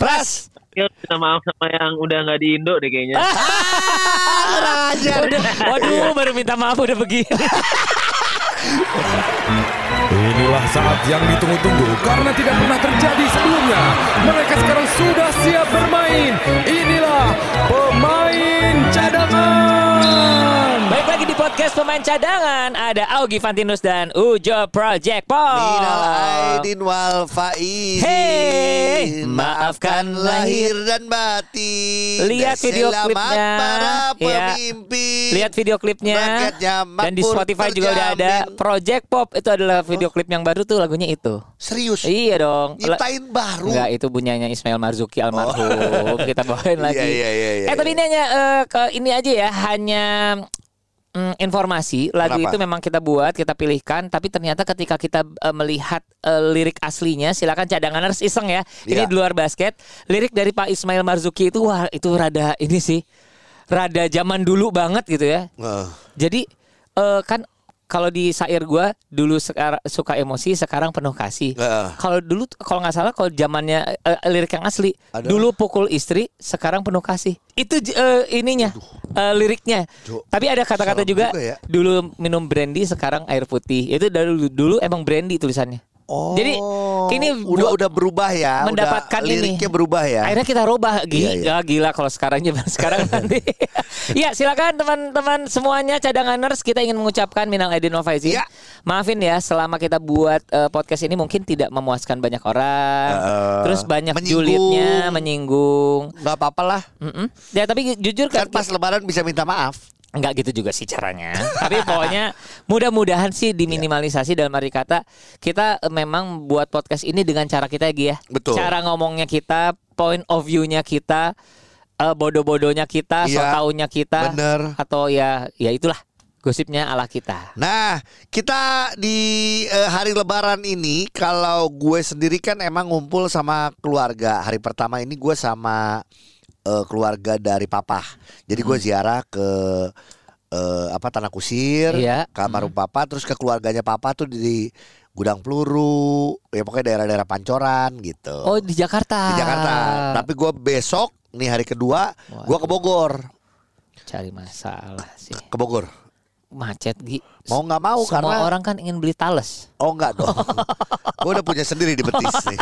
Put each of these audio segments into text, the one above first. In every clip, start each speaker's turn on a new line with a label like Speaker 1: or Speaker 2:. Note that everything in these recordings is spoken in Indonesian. Speaker 1: Bas.
Speaker 2: Ya, minta maaf sama yang udah nggak di Indo deh kayaknya.
Speaker 1: Kurang ajar.
Speaker 3: Udah, waduh baru minta maaf udah begini.
Speaker 4: Inilah saat yang ditunggu-tunggu karena tidak pernah terjadi sebelumnya. Mereka sekarang sudah siap bermain. Inilah pemain cadangan.
Speaker 3: Baik lagi di podcast pemain cadangan ada Augie Fantinus dan Ujo Project Pop.
Speaker 1: Minal Aidin wal Faizin.
Speaker 3: Hey, maafkan
Speaker 1: maafkan lahir dan batin.
Speaker 3: Lihat video
Speaker 1: Selamat
Speaker 3: klipnya.
Speaker 1: para
Speaker 3: Ya.
Speaker 1: pemimpin.
Speaker 3: Lihat video klipnya
Speaker 1: Rakyat nyaman
Speaker 3: dan di
Speaker 1: pun
Speaker 3: Spotify juga udah ada
Speaker 1: terjamin.
Speaker 3: Project Pop itu adalah video klip yang baru tuh lagunya itu.
Speaker 1: Serius.
Speaker 3: Iya dong. La-
Speaker 1: Nyiptain baru.
Speaker 3: Enggak itu punyanya Ismail Marzuki almarhum. Kita bawain
Speaker 1: Iya,
Speaker 3: lagi.
Speaker 1: iya, iya, iya,
Speaker 3: eh tadi
Speaker 1: iya.
Speaker 3: ini hanya eh, ke ini aja ya, hanya mm, informasi lagu
Speaker 1: Kenapa?
Speaker 3: itu memang kita buat, kita pilihkan, tapi ternyata ketika kita eh, melihat eh, lirik aslinya, silakan cadanganers iseng ya. Ini
Speaker 1: Iya.
Speaker 3: di luar basket, lirik dari Pak Ismail Marzuki itu wah itu rada ini sih. Rada zaman dulu banget gitu ya.
Speaker 1: Eh,
Speaker 3: Jadi eh, kan kalau di syair gua dulu sekar- suka emosi sekarang penuh kasih.
Speaker 1: Heeh.
Speaker 3: Kalau dulu tuh- kalau nggak salah kalau zamannya eh, lirik yang asli
Speaker 1: Ada.
Speaker 3: dulu pukul istri sekarang penuh kasih. Itu j- eh, ininya eh, liriknya.
Speaker 1: Jo,
Speaker 3: Tapi ada kata-kata
Speaker 1: serem
Speaker 3: juga,
Speaker 1: juga ya.
Speaker 3: dulu minum brandy sekarang air putih. Itu dari dulu, dulu emang brandy tulisannya.
Speaker 1: Oh,
Speaker 3: Jadi ini
Speaker 1: udah
Speaker 3: gua-
Speaker 1: udah berubah ya,
Speaker 3: mendapatkan
Speaker 1: udah
Speaker 3: ini.
Speaker 1: liriknya berubah ya.
Speaker 3: Akhirnya kita robah gila,
Speaker 1: Iya, iya.
Speaker 3: gila kalau sekarang zaman sekarang nanti. ya silakan teman-teman semuanya cadanganers kita ingin mengucapkan minal aidin wal faizin.
Speaker 1: Iya.
Speaker 3: Maafin ya selama kita buat eh, podcast ini mungkin tidak memuaskan banyak orang.
Speaker 1: Eh,
Speaker 3: terus banyak
Speaker 1: menyinggung.
Speaker 3: julidnya menyinggung.
Speaker 1: nggak apa-apa lah.
Speaker 3: Mm-mm. Ya tapi jujur
Speaker 1: Kan
Speaker 3: kan
Speaker 1: pas Lebaran bisa minta maaf.
Speaker 3: Enggak gitu juga sih caranya. Tapi pokoknya mudah-mudahan sih diminimalisasi dalam arti kata kita eh, memang buat podcast ini dengan cara kita Gi ya.
Speaker 1: Betul.
Speaker 3: Cara ngomongnya kita, point of view-nya kita, eh, bodoh-bodohnya kita, so
Speaker 1: Iya,
Speaker 3: taunya kita
Speaker 1: bener.
Speaker 3: atau ya ya itulah gosipnya ala kita.
Speaker 1: Nah, kita di eh, hari Lebaran ini, kalau gue sendiri kan emang ngumpul sama keluarga. Hari pertama ini gue sama eh, keluarga dari papa. Jadi
Speaker 3: Hmm.
Speaker 1: gue ziarah ke eh, apa Tanah Kusir,
Speaker 3: Iya.
Speaker 1: ke almarhum papa, terus ke keluarganya papa tuh di Gudang Peluru, ya pokoknya daerah-daerah Pancoran gitu.
Speaker 3: Oh, di Jakarta.
Speaker 1: Di Jakarta. Tapi gue besok nih hari kedua, gue ke Bogor,
Speaker 3: cari masalah sih.
Speaker 1: ke Bogor.
Speaker 3: Macet Gi.
Speaker 1: Mau nggak mau
Speaker 3: Semua
Speaker 1: karena
Speaker 3: orang kan ingin beli tales.
Speaker 1: Oh enggak dong. gue udah punya sendiri di betis nih.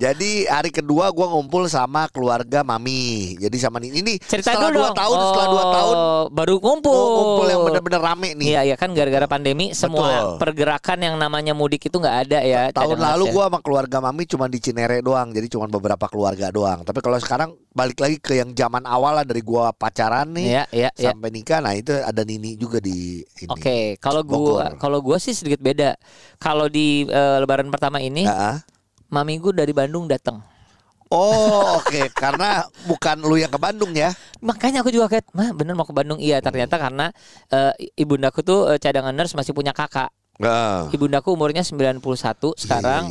Speaker 1: Jadi hari kedua gua ngumpul sama keluarga mami. Jadi sama ini, ini
Speaker 3: Cerita
Speaker 1: setelah
Speaker 3: dulu
Speaker 1: dua
Speaker 3: dong.
Speaker 1: tahun, setelah dua
Speaker 3: Oh,
Speaker 1: tahun
Speaker 3: baru ngumpul.
Speaker 1: gua ngumpul yang bener-bener rame nih.
Speaker 3: Iya iya kan gara-gara pandemi semua
Speaker 1: Betul.
Speaker 3: pergerakan yang namanya mudik itu nggak ada ya.
Speaker 1: Tahun
Speaker 3: cadangan
Speaker 1: lalu
Speaker 3: ya.
Speaker 1: gua sama keluarga mami cuma di Cinere doang, jadi cuma beberapa keluarga doang. Tapi kalau sekarang balik lagi ke yang zaman awal lah dari gua pacaran nih
Speaker 3: Iya iya iya.
Speaker 1: sampai nikah. Nah itu ada Nini juga di ini.
Speaker 3: Oke, kalau gua
Speaker 1: Bogor.
Speaker 3: kalau gua sih sedikit beda. Kalau di eh, lebaran pertama ini
Speaker 1: Heeh.
Speaker 3: mami gua dari Bandung datang.
Speaker 1: Oh oke, karena bukan lu yang ke Bandung ya?
Speaker 3: Makanya aku juga kaget, "Mah, bener mau ke Bandung?" Iya, ternyata karena eh, ibundaku tuh eh, cadangan nurse masih punya kakak.
Speaker 1: Heeh.
Speaker 3: Ibundaku umurnya 91, sekarang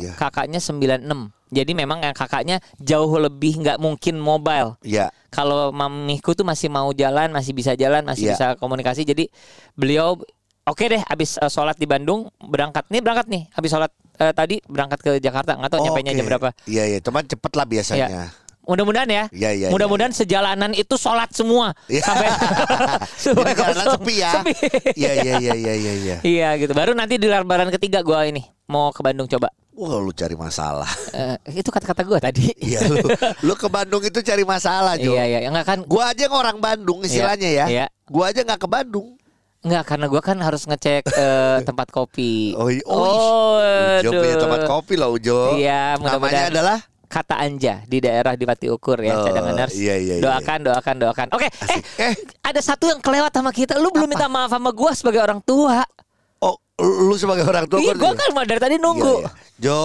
Speaker 1: Ah. iya, iya.
Speaker 3: kakaknya 96. Jadi memang yang kakaknya jauh lebih nggak mungkin mobile.
Speaker 1: Iya.
Speaker 3: kalau mamiku tuh masih mau jalan, masih bisa jalan,
Speaker 1: Iya.
Speaker 3: masih bisa komunikasi. Jadi beliau oke deh habis eh, sholat di Bandung berangkat nih berangkat nih habis sholat eh, tadi berangkat ke Jakarta nggak tahu nyampe nya
Speaker 1: Oke.
Speaker 3: jam berapa.
Speaker 1: Iya iya, cuman cepet lah biasanya.
Speaker 3: Iya. Mudah-mudahan ya.
Speaker 1: Iya, iya,
Speaker 3: Mudah-mudahan sejalanan itu sholat semua
Speaker 1: Iya.
Speaker 3: sampai
Speaker 1: Jadi
Speaker 3: sampai
Speaker 1: jalanan
Speaker 3: kosong.
Speaker 1: sepi ya.
Speaker 3: Sepi.
Speaker 1: Iya iya iya iya iya iya.
Speaker 3: Iya gitu. Baru nanti di lebaran ketiga gua ini mau ke Bandung coba.
Speaker 1: Wah lu cari masalah.
Speaker 3: Eh, itu kata-kata gua tadi.
Speaker 1: Iya lu lu ke Bandung itu cari masalah Jo.
Speaker 3: Iya, iya, enggak kan
Speaker 1: Gua aja yang orang Bandung istilahnya ya.
Speaker 3: Iya.
Speaker 1: Gua aja nggak ke Bandung.
Speaker 3: Enggak karena gua kan harus ngecek eh, tempat kopi.
Speaker 1: Oh, iya. Oh,
Speaker 3: oh
Speaker 1: Jo punya
Speaker 3: aduh.
Speaker 1: tempat kopi lah Ujo.
Speaker 3: Iya,
Speaker 1: Namanya
Speaker 3: mudah-mudahan.
Speaker 1: adalah
Speaker 3: Kata Anja di daerah di Pati Ukur ya,
Speaker 1: Oh,
Speaker 3: cadanganers.
Speaker 1: iya, iya, iya.
Speaker 3: doakan, doakan, doakan. Oke,
Speaker 1: Asik. Eh.
Speaker 3: eh, ada satu yang kelewat sama kita. Lu belum minta maaf sama gua sebagai orang tua.
Speaker 1: Oh lu sebagai orang tua
Speaker 3: Iya,
Speaker 1: gua-
Speaker 3: gua kan mau dari tadi
Speaker 1: Iya,
Speaker 3: nunggu.
Speaker 1: iya. Jo,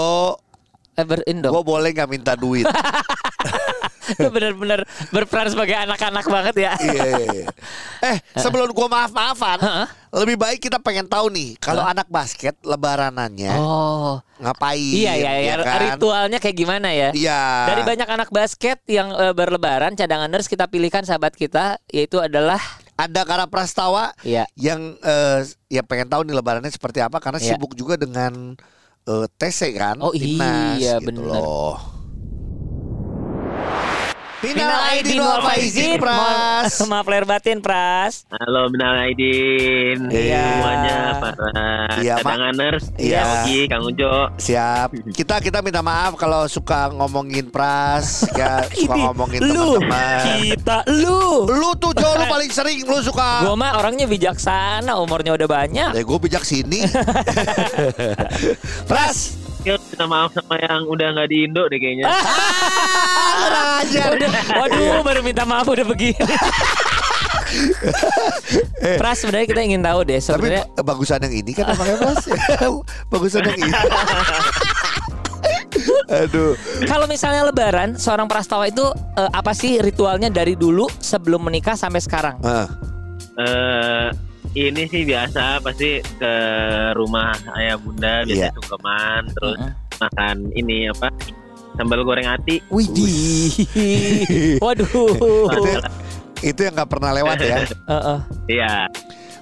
Speaker 3: Eh, berin dong.
Speaker 1: gua boleh nggak minta duit?
Speaker 3: Lu bener-bener berperan sebagai anak-anak banget ya.
Speaker 1: Iya, iya, iya. Eh, sebelum gua maaf-maafan,
Speaker 3: Heeh.
Speaker 1: lebih baik kita pengen tahu nih kalau anak basket lebaranannya
Speaker 3: Oh.
Speaker 1: ngapain?
Speaker 3: Iya, iya, iya.
Speaker 1: ya Iya. kan?
Speaker 3: Ritualnya kayak gimana ya?
Speaker 1: Iya.
Speaker 3: Dari banyak anak basket yang eh, berlebaran, cadanganers kita pilihkan sahabat kita yaitu adalah
Speaker 1: ada Kara Prastawa
Speaker 3: Iya.
Speaker 1: yang eh, ya pengen tahu nih lebarannya seperti apa karena
Speaker 3: Iya.
Speaker 1: sibuk juga dengan eh, TC kan
Speaker 3: Oh,
Speaker 1: timnas
Speaker 3: iya,
Speaker 1: gitu
Speaker 3: bener.
Speaker 1: loh. Minal Aidin wal Faizin, Pras.
Speaker 3: Mohon- Maaf lahir batin, Pras.
Speaker 2: Halo Minal Aidin.
Speaker 1: Iya.
Speaker 2: Semuanya para
Speaker 1: Iya, Mak.
Speaker 2: cadanganers.
Speaker 1: Iya.
Speaker 2: Ogi, Kang Ujo.
Speaker 1: Siap. Kita kita minta maaf kalau suka ngomongin Pras, ya, suka
Speaker 3: Ini
Speaker 1: ngomongin
Speaker 3: lu,
Speaker 1: teman-teman.
Speaker 3: kita lu.
Speaker 1: Lu tuh Jo lu paling sering lu suka.
Speaker 3: Gua mah orangnya bijaksana, umurnya udah banyak.
Speaker 1: Ya gue bijak sini. Pras,
Speaker 2: Yuk, Iya, minta maaf sama yang udah nggak di Indo deh kayaknya.
Speaker 1: ah, kurang ajar.
Speaker 3: Udah,
Speaker 1: Iya.
Speaker 3: waduh, baru minta maaf udah begini. Pras sebenarnya kita ingin tahu deh
Speaker 1: Eh. Tapi
Speaker 3: sebenarnya
Speaker 1: eh, bagusan yang ini kan namanya Pras. bagusan yang ini. Aduh.
Speaker 3: kalau misalnya lebaran seorang prastawa itu eh, apa sih ritualnya dari dulu sebelum menikah sampai sekarang?
Speaker 1: Ah,
Speaker 2: Eh, ini sih biasa pasti ke rumah ayah bunda biasanya
Speaker 1: Iya.
Speaker 2: sungkeman terus
Speaker 3: Mm-mm.
Speaker 2: makan ini apa sambal goreng ati
Speaker 3: Widih. Waduh.
Speaker 1: itu, itu yang nggak pernah lewat ya.
Speaker 3: Heeh.
Speaker 2: Iya.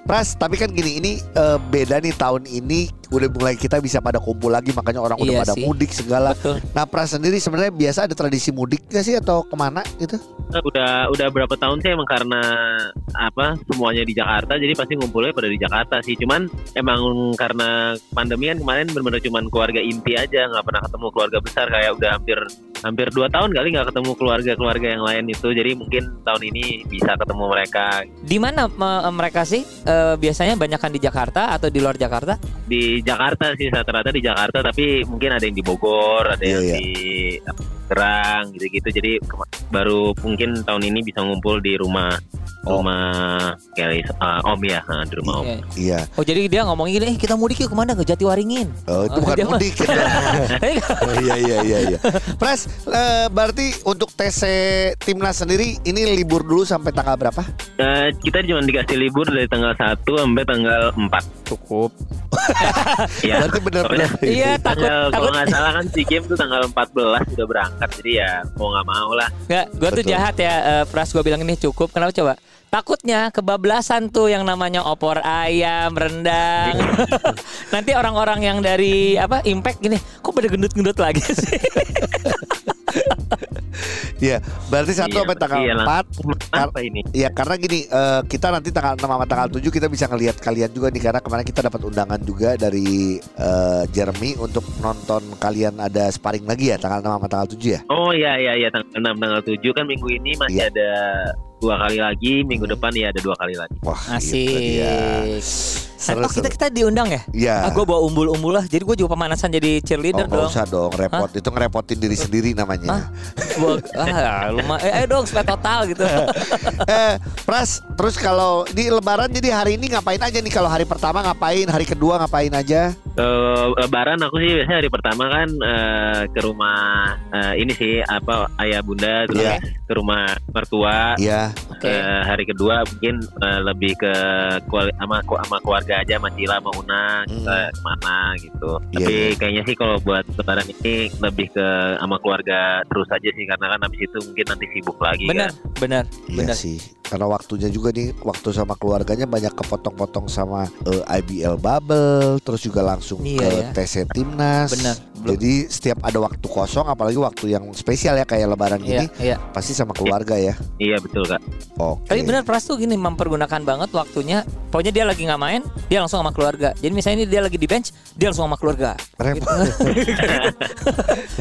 Speaker 1: Pras, tapi kan gini, ini eh, beda nih tahun ini udah mulai kita bisa pada kumpul lagi, makanya orang udah
Speaker 3: Iya
Speaker 1: pada
Speaker 3: sih.
Speaker 1: mudik segala.
Speaker 3: Betul.
Speaker 1: Nah, Pras sendiri sebenarnya biasa ada tradisi mudik gak sih atau kemana gitu?
Speaker 2: Eh, udah udah berapa tahun sih emang karena apa semuanya di Jakarta jadi pasti ngumpulnya pada di Jakarta sih cuman emang karena pandemi kan kemarin benar-benar cuman keluarga inti aja nggak pernah ketemu keluarga besar kayak udah hampir hampir dua tahun kali nggak ketemu keluarga-keluarga yang lain itu jadi mungkin tahun ini bisa ketemu mereka
Speaker 3: Di mana me- mereka sih Eh, biasanya banyakkan di Jakarta atau di luar Jakarta?
Speaker 2: di Jakarta sih rata-rata di Jakarta tapi mungkin ada yang di Bogor ada
Speaker 1: Iya,
Speaker 2: yang
Speaker 1: iya.
Speaker 2: di Gerang gitu-gitu jadi kema- baru mungkin tahun ini bisa ngumpul di rumah
Speaker 1: Om.
Speaker 2: rumah Kelly eh, Om ya ha, di rumah Om
Speaker 3: Iya.
Speaker 1: Oh. Iya.
Speaker 3: Oh jadi dia ngomongin gini, eh kita mudik yuk kemana ke Jatiwaringin?
Speaker 1: Oh, itu
Speaker 3: Oh,
Speaker 1: bukan
Speaker 3: dia "Eh, mah-
Speaker 1: mudik. gitu. Oh, iya iya iya iya. Pras, eh, berarti untuk TC timnas sendiri ini libur dulu sampai tanggal berapa?
Speaker 2: Eh, kita cuma dikasih libur dari tanggal 1 sampai tanggal 4 cukup ya
Speaker 1: Berarti benar-benar.
Speaker 3: Iya takut
Speaker 2: tanggal kalau
Speaker 3: takut
Speaker 2: nggak salah kan si game tuh tanggal 14 udah berangkat jadi ya mau nggak mau lah
Speaker 3: Nggak, gue tuh
Speaker 1: Betul.
Speaker 3: jahat ya eh, Pras gue bilang ini cukup Kenapa coba? Takutnya kebablasan tuh yang namanya opor ayam, rendang Nanti orang-orang yang dari apa impact gini Kok pada gendut-gendut lagi sih?
Speaker 1: Gitu Iya. Berarti satu
Speaker 2: Iya,
Speaker 1: sampai tanggal
Speaker 2: iya lah.
Speaker 1: empat. Kar-
Speaker 2: apa ini
Speaker 1: Ya karena gini eh, kita nanti tanggal 6 sama tanggal 7 kita bisa ngelihat kalian juga nih karena kemarin kita dapat undangan juga dari eh, Jeremy untuk nonton kalian ada sparring lagi ya tanggal 6 sama tanggal 7 ya.
Speaker 2: Oh iya iya iya tanggal 6 tanggal 7 kan minggu ini masih
Speaker 1: Iya.
Speaker 2: ada dua kali lagi, minggu depan ya ada dua kali lagi.
Speaker 1: Wah, iya,
Speaker 3: Asik
Speaker 1: itu dia.
Speaker 3: Oh kita, kita diundang ya?
Speaker 1: Iya.
Speaker 3: Ah, gue bawa umbul-umbul lah Jadi gue juga pemanasan jadi
Speaker 1: Oh,
Speaker 3: cheerleader
Speaker 1: nggak
Speaker 3: dong
Speaker 1: usah dong, repot. Itu ngerepotin diri sendiri namanya.
Speaker 3: Gua, ah, luma- eh, ayo dong supaya total gitu
Speaker 1: eh, Pras, terus kalau di Lebaran jadi hari ini ngapain aja nih? Kalau hari pertama ngapain? Hari kedua ngapain aja?
Speaker 2: Eh, lebaran aku sih biasanya hari pertama kan eh, ke rumah eh, ini sih apa ayah bunda terus
Speaker 1: Iya.
Speaker 2: ke rumah mertua.
Speaker 1: Iya.
Speaker 3: Oke
Speaker 2: Eh, hari kedua mungkin eh, lebih ke kuali- sama, ku- sama keluarga aja sama Cila sama Una kita kemana gitu
Speaker 1: Hmm. Iya,
Speaker 2: tapi
Speaker 1: iya.
Speaker 2: kayaknya sih kalau buat lebaran ini lebih ke sama keluarga terus aja sih karena kan habis itu mungkin nanti sibuk lagi
Speaker 3: Bener,
Speaker 2: kan
Speaker 3: bener,
Speaker 1: Iya
Speaker 3: bener
Speaker 1: sih, karena waktunya juga nih, waktu sama keluarganya banyak kepotong-potong sama eh, IBL Bubble, terus juga langsung
Speaker 3: Iya,
Speaker 1: ke
Speaker 3: ya.
Speaker 1: TC Timnas.
Speaker 3: Bener, belum-
Speaker 1: Jadi setiap ada waktu kosong, apalagi waktu yang spesial ya kayak Lebaran
Speaker 3: Iya,
Speaker 1: gini,
Speaker 3: iya.
Speaker 1: pasti sama keluarga ya.
Speaker 2: iya betul kak
Speaker 1: Oke.
Speaker 3: Tapi benar Pras tuh gini mempergunakan banget waktunya. Pokoknya dia lagi nggak main, dia langsung sama keluarga. Jadi misalnya ini dia lagi di bench, dia langsung sama keluarga. Gitu.
Speaker 1: Repot.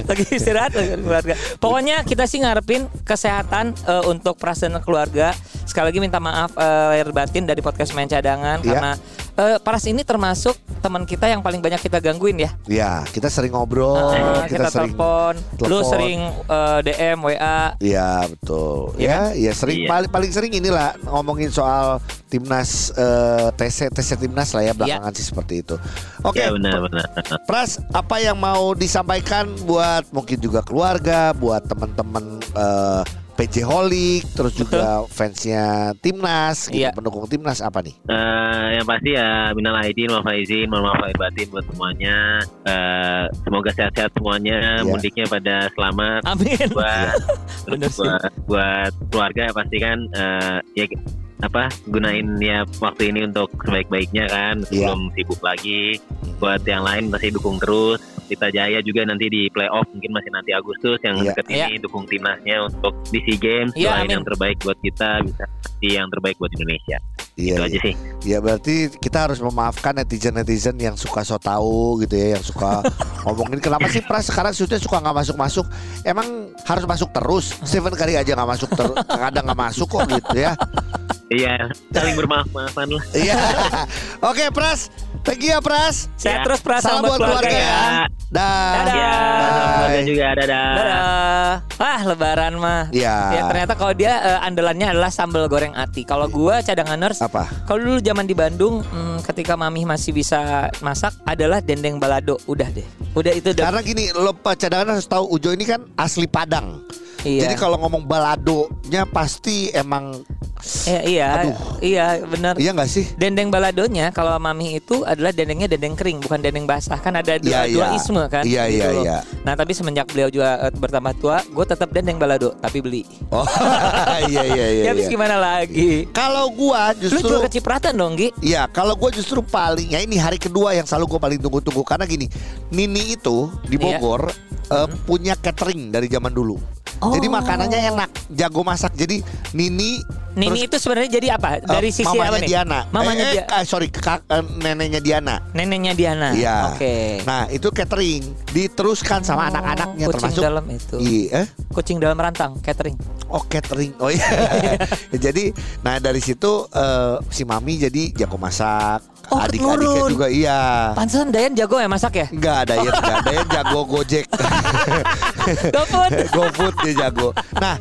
Speaker 3: lagi istirahat lagi sama keluarga. Pokoknya kita sih ngarepin kesehatan eh, untuk Pras dan keluarga. Sekali lagi minta maaf eh, lahir batin dari podcast main cadangan
Speaker 1: Iya.
Speaker 3: karena eh, Pras ini termasuk teman kita yang paling banyak kita gangguin ya.
Speaker 1: Ya, kita sering ngobrol,
Speaker 3: Eh,
Speaker 1: kita,
Speaker 3: kita
Speaker 1: sering
Speaker 3: telepon, lu
Speaker 1: telepon.
Speaker 3: sering eh, DM, WA.
Speaker 1: Iya betul.
Speaker 3: Iya
Speaker 1: Ya, ya sering
Speaker 2: Iya.
Speaker 1: paling paling sering inilah ngomongin soal timnas eh, TC TC timnas
Speaker 3: Iya.
Speaker 1: lah ya belakangan sih seperti itu. Oke.
Speaker 2: ya benar benar
Speaker 1: Pras, apa yang mau disampaikan buat mungkin juga keluarga, buat teman-teman eh, PJ Holic, terus juga fansnya timnas, gitu,
Speaker 3: Iya.
Speaker 1: pendukung timnas apa nih?
Speaker 2: Eh, yang pasti ya minal aidin wal faizin mohon maaf lahir batin buat semuanya Eh, semoga sehat-sehat semuanya
Speaker 1: Iya.
Speaker 2: mundiknya pada selamat
Speaker 3: Amin.
Speaker 2: buat
Speaker 3: Bener
Speaker 2: terus buat, buat keluarga pasti kan eh, ya apa gunain ya waktu ini untuk sebaik-baiknya kan
Speaker 1: Iya.
Speaker 2: sebelum sibuk lagi buat yang lain pasti dukung terus Pelita Jaya juga nanti di playoff mungkin masih nanti Agustus yang
Speaker 1: Iya.
Speaker 2: deket ini dukung timnasnya untuk di SEA Games
Speaker 3: Iya,
Speaker 2: selain
Speaker 3: amin.
Speaker 2: yang terbaik buat kita bisa di yang terbaik buat Indonesia
Speaker 1: Iya,
Speaker 2: itu
Speaker 1: iya.
Speaker 2: Gitu aja sih
Speaker 1: Ya berarti kita harus memaafkan netizen-netizen yang suka so tau gitu ya, yang suka ngomongin kenapa sih Pras sekarang shootnya suka nggak masuk-masuk. Emang harus masuk terus. Stephen Curry aja nggak masuk terus, kadang nggak masuk kok gitu ya.
Speaker 2: iya saling bermaaf-maafan lah
Speaker 1: Iya. Oke Pras, thank you ya Pras.
Speaker 2: Ya.
Speaker 3: Saya terus perasaan
Speaker 1: Salam buat keluarga ya. Dah.
Speaker 3: Dadah.
Speaker 2: ya salam keluarga juga dadah,
Speaker 3: Dadah. Wah, lebaran mah.
Speaker 1: Iya.
Speaker 3: Ya ternyata kalau dia eh, andalannya adalah sambal goreng ati. Kalau gua cadanganers
Speaker 1: Apa?
Speaker 3: Kalau dulu zaman di Bandung hmm, ketika mami masih bisa masak adalah dendeng balado. Udah deh. Udah itu udah.
Speaker 1: Karena gini, lo Pak, cadangan harus tahu Ujo ini kan asli Padang.
Speaker 3: Iya.
Speaker 1: Jadi kalau ngomong baladonya pasti emang
Speaker 3: Iya, iya.
Speaker 1: Aduh.
Speaker 3: Iya, benar.
Speaker 1: iya nggak sih?
Speaker 3: Dendeng baladonya kalau mami itu adalah dendengnya dendeng kering bukan dendeng basah kan ada
Speaker 1: Iya,
Speaker 3: dua,
Speaker 1: iya.
Speaker 3: dua isme kan
Speaker 1: Iya, iya,
Speaker 3: loh.
Speaker 1: iya.
Speaker 3: nah tapi semenjak beliau juga eh, bertambah tua gue tetap dendeng balado tapi beli
Speaker 1: Oh, iya iya iya.
Speaker 3: ya
Speaker 1: iya.
Speaker 3: habis gimana lagi
Speaker 1: Kalau gua
Speaker 3: lu
Speaker 1: justru
Speaker 3: jual kecipratan dong Gi
Speaker 1: Ya kalau gue justru paling ya ini hari kedua yang selalu gue paling tunggu-tunggu karena gini Nini itu di
Speaker 3: Iya.
Speaker 1: Bogor eh, punya catering dari zaman dulu
Speaker 3: Oh.
Speaker 1: jadi makanannya enak jago masak jadi Nini terus,
Speaker 3: Nini itu sebenarnya jadi apa
Speaker 1: eh,
Speaker 3: dari sisi
Speaker 1: mamanya
Speaker 3: apa nih
Speaker 1: Diana
Speaker 3: Mamanya
Speaker 1: eh, eh,
Speaker 3: Dia-
Speaker 1: ah, sorry kak- eh, neneknya Diana
Speaker 3: neneknya Diana
Speaker 1: Iya.
Speaker 3: oke
Speaker 1: nah itu catering diteruskan sama
Speaker 3: Oh,
Speaker 1: anak-anaknya
Speaker 3: kucing
Speaker 1: termasuk
Speaker 3: dalam itu
Speaker 1: iya eh?
Speaker 3: kucing dalam rantang catering
Speaker 1: Oh catering Oh iya Jadi Nah dari situ eh, Si Mami jadi jago masak
Speaker 3: Oh,
Speaker 1: Adik-adiknya
Speaker 3: keturun.
Speaker 1: juga iya
Speaker 3: pantesan Dayan jago ya masak ya
Speaker 1: Enggak ada ya, enggak ada yang jago Gojek.
Speaker 3: GoFood
Speaker 1: GoFood dia jago. Nah,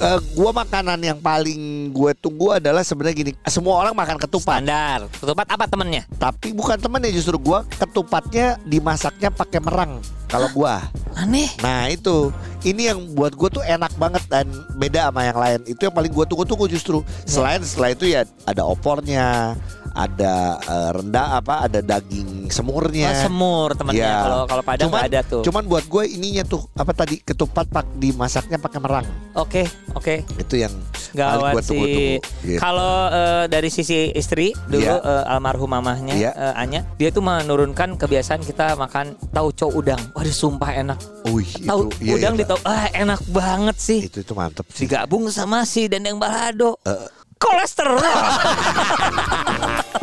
Speaker 1: eh, gua makanan yang paling gue tunggu adalah sebenarnya gini, semua orang makan ketupat,
Speaker 3: standar ketupat apa temennya
Speaker 1: tapi bukan temennya justru gua ketupatnya dimasaknya pakai merang kalau gua.
Speaker 3: aneh
Speaker 1: Nah, itu. Ini yang buat gue tuh enak banget dan beda sama yang lain. Itu yang paling gue tunggu-tunggu justru.
Speaker 3: Iya.
Speaker 1: Selain setelah itu ya ada opornya, ada eh, rendah apa, ada daging semurnya.
Speaker 3: Oh, semur temennya
Speaker 1: Iya.
Speaker 3: kalau kalau Padang
Speaker 1: Cuman-
Speaker 3: nggak ada tuh
Speaker 1: Cuman buat gue ininya tuh apa tadi ketupat pak dimasaknya pakai merang
Speaker 3: oke oke
Speaker 1: itu yang paling
Speaker 3: gawat
Speaker 1: gue tunggu-tunggu.
Speaker 3: sih
Speaker 1: Gitu.
Speaker 3: kalau eh, dari sisi istri dulu
Speaker 1: Iya.
Speaker 3: eh, almarhum mamahnya
Speaker 1: Iya.
Speaker 3: eh, Anya dia tuh menurunkan kebiasaan kita makan tauco udang waduh sumpah enak
Speaker 1: Wih,
Speaker 3: tahu
Speaker 1: itu, iya,
Speaker 3: udang
Speaker 1: iya, Pak.
Speaker 3: ditau ah enak banget sih
Speaker 1: itu itu mantep sih. Eh,
Speaker 3: digabung sama si dendeng balado kolesterol